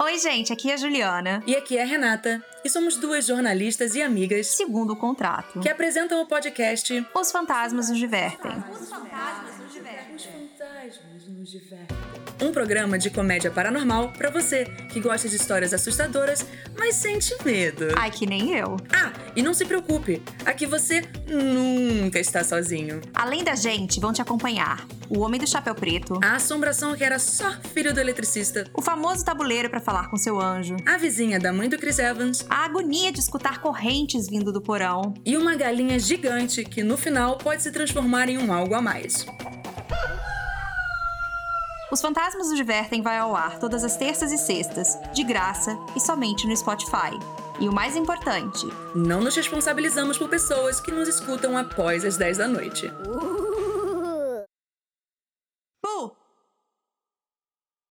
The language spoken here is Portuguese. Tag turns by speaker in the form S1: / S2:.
S1: Oi, gente, aqui é a Juliana,
S2: E aqui é a Renata, e somos duas jornalistas e amigas
S1: segundo o contrato.
S2: que apresentam o podcast
S1: Os fantasmas nos divertem.
S2: Um programa de comédia paranormal pra você que gosta de histórias assustadoras, mas sente medo.
S1: Ai, que nem eu.
S2: Ah, e não se preocupe, aqui você nunca está sozinho.
S1: Além da gente, vão te acompanhar o Homem do Chapéu Preto,
S2: A assombração que era só filho do eletricista,
S1: o famoso tabuleiro pra falar com seu anjo,
S2: a vizinha da mãe do Chris Evans
S1: a agonia de escutar correntes vindo do porão,
S2: e uma galinha gigante que no final pode se transformar em um algo a mais.
S1: Os Fantasmas nos Divertem vai ao ar todas as terças e sextas, de graça e somente no Spotify. E o mais importante,
S2: Não nos responsabilizamos por pessoas que nos escutam após as 10 da noite.
S1: uh,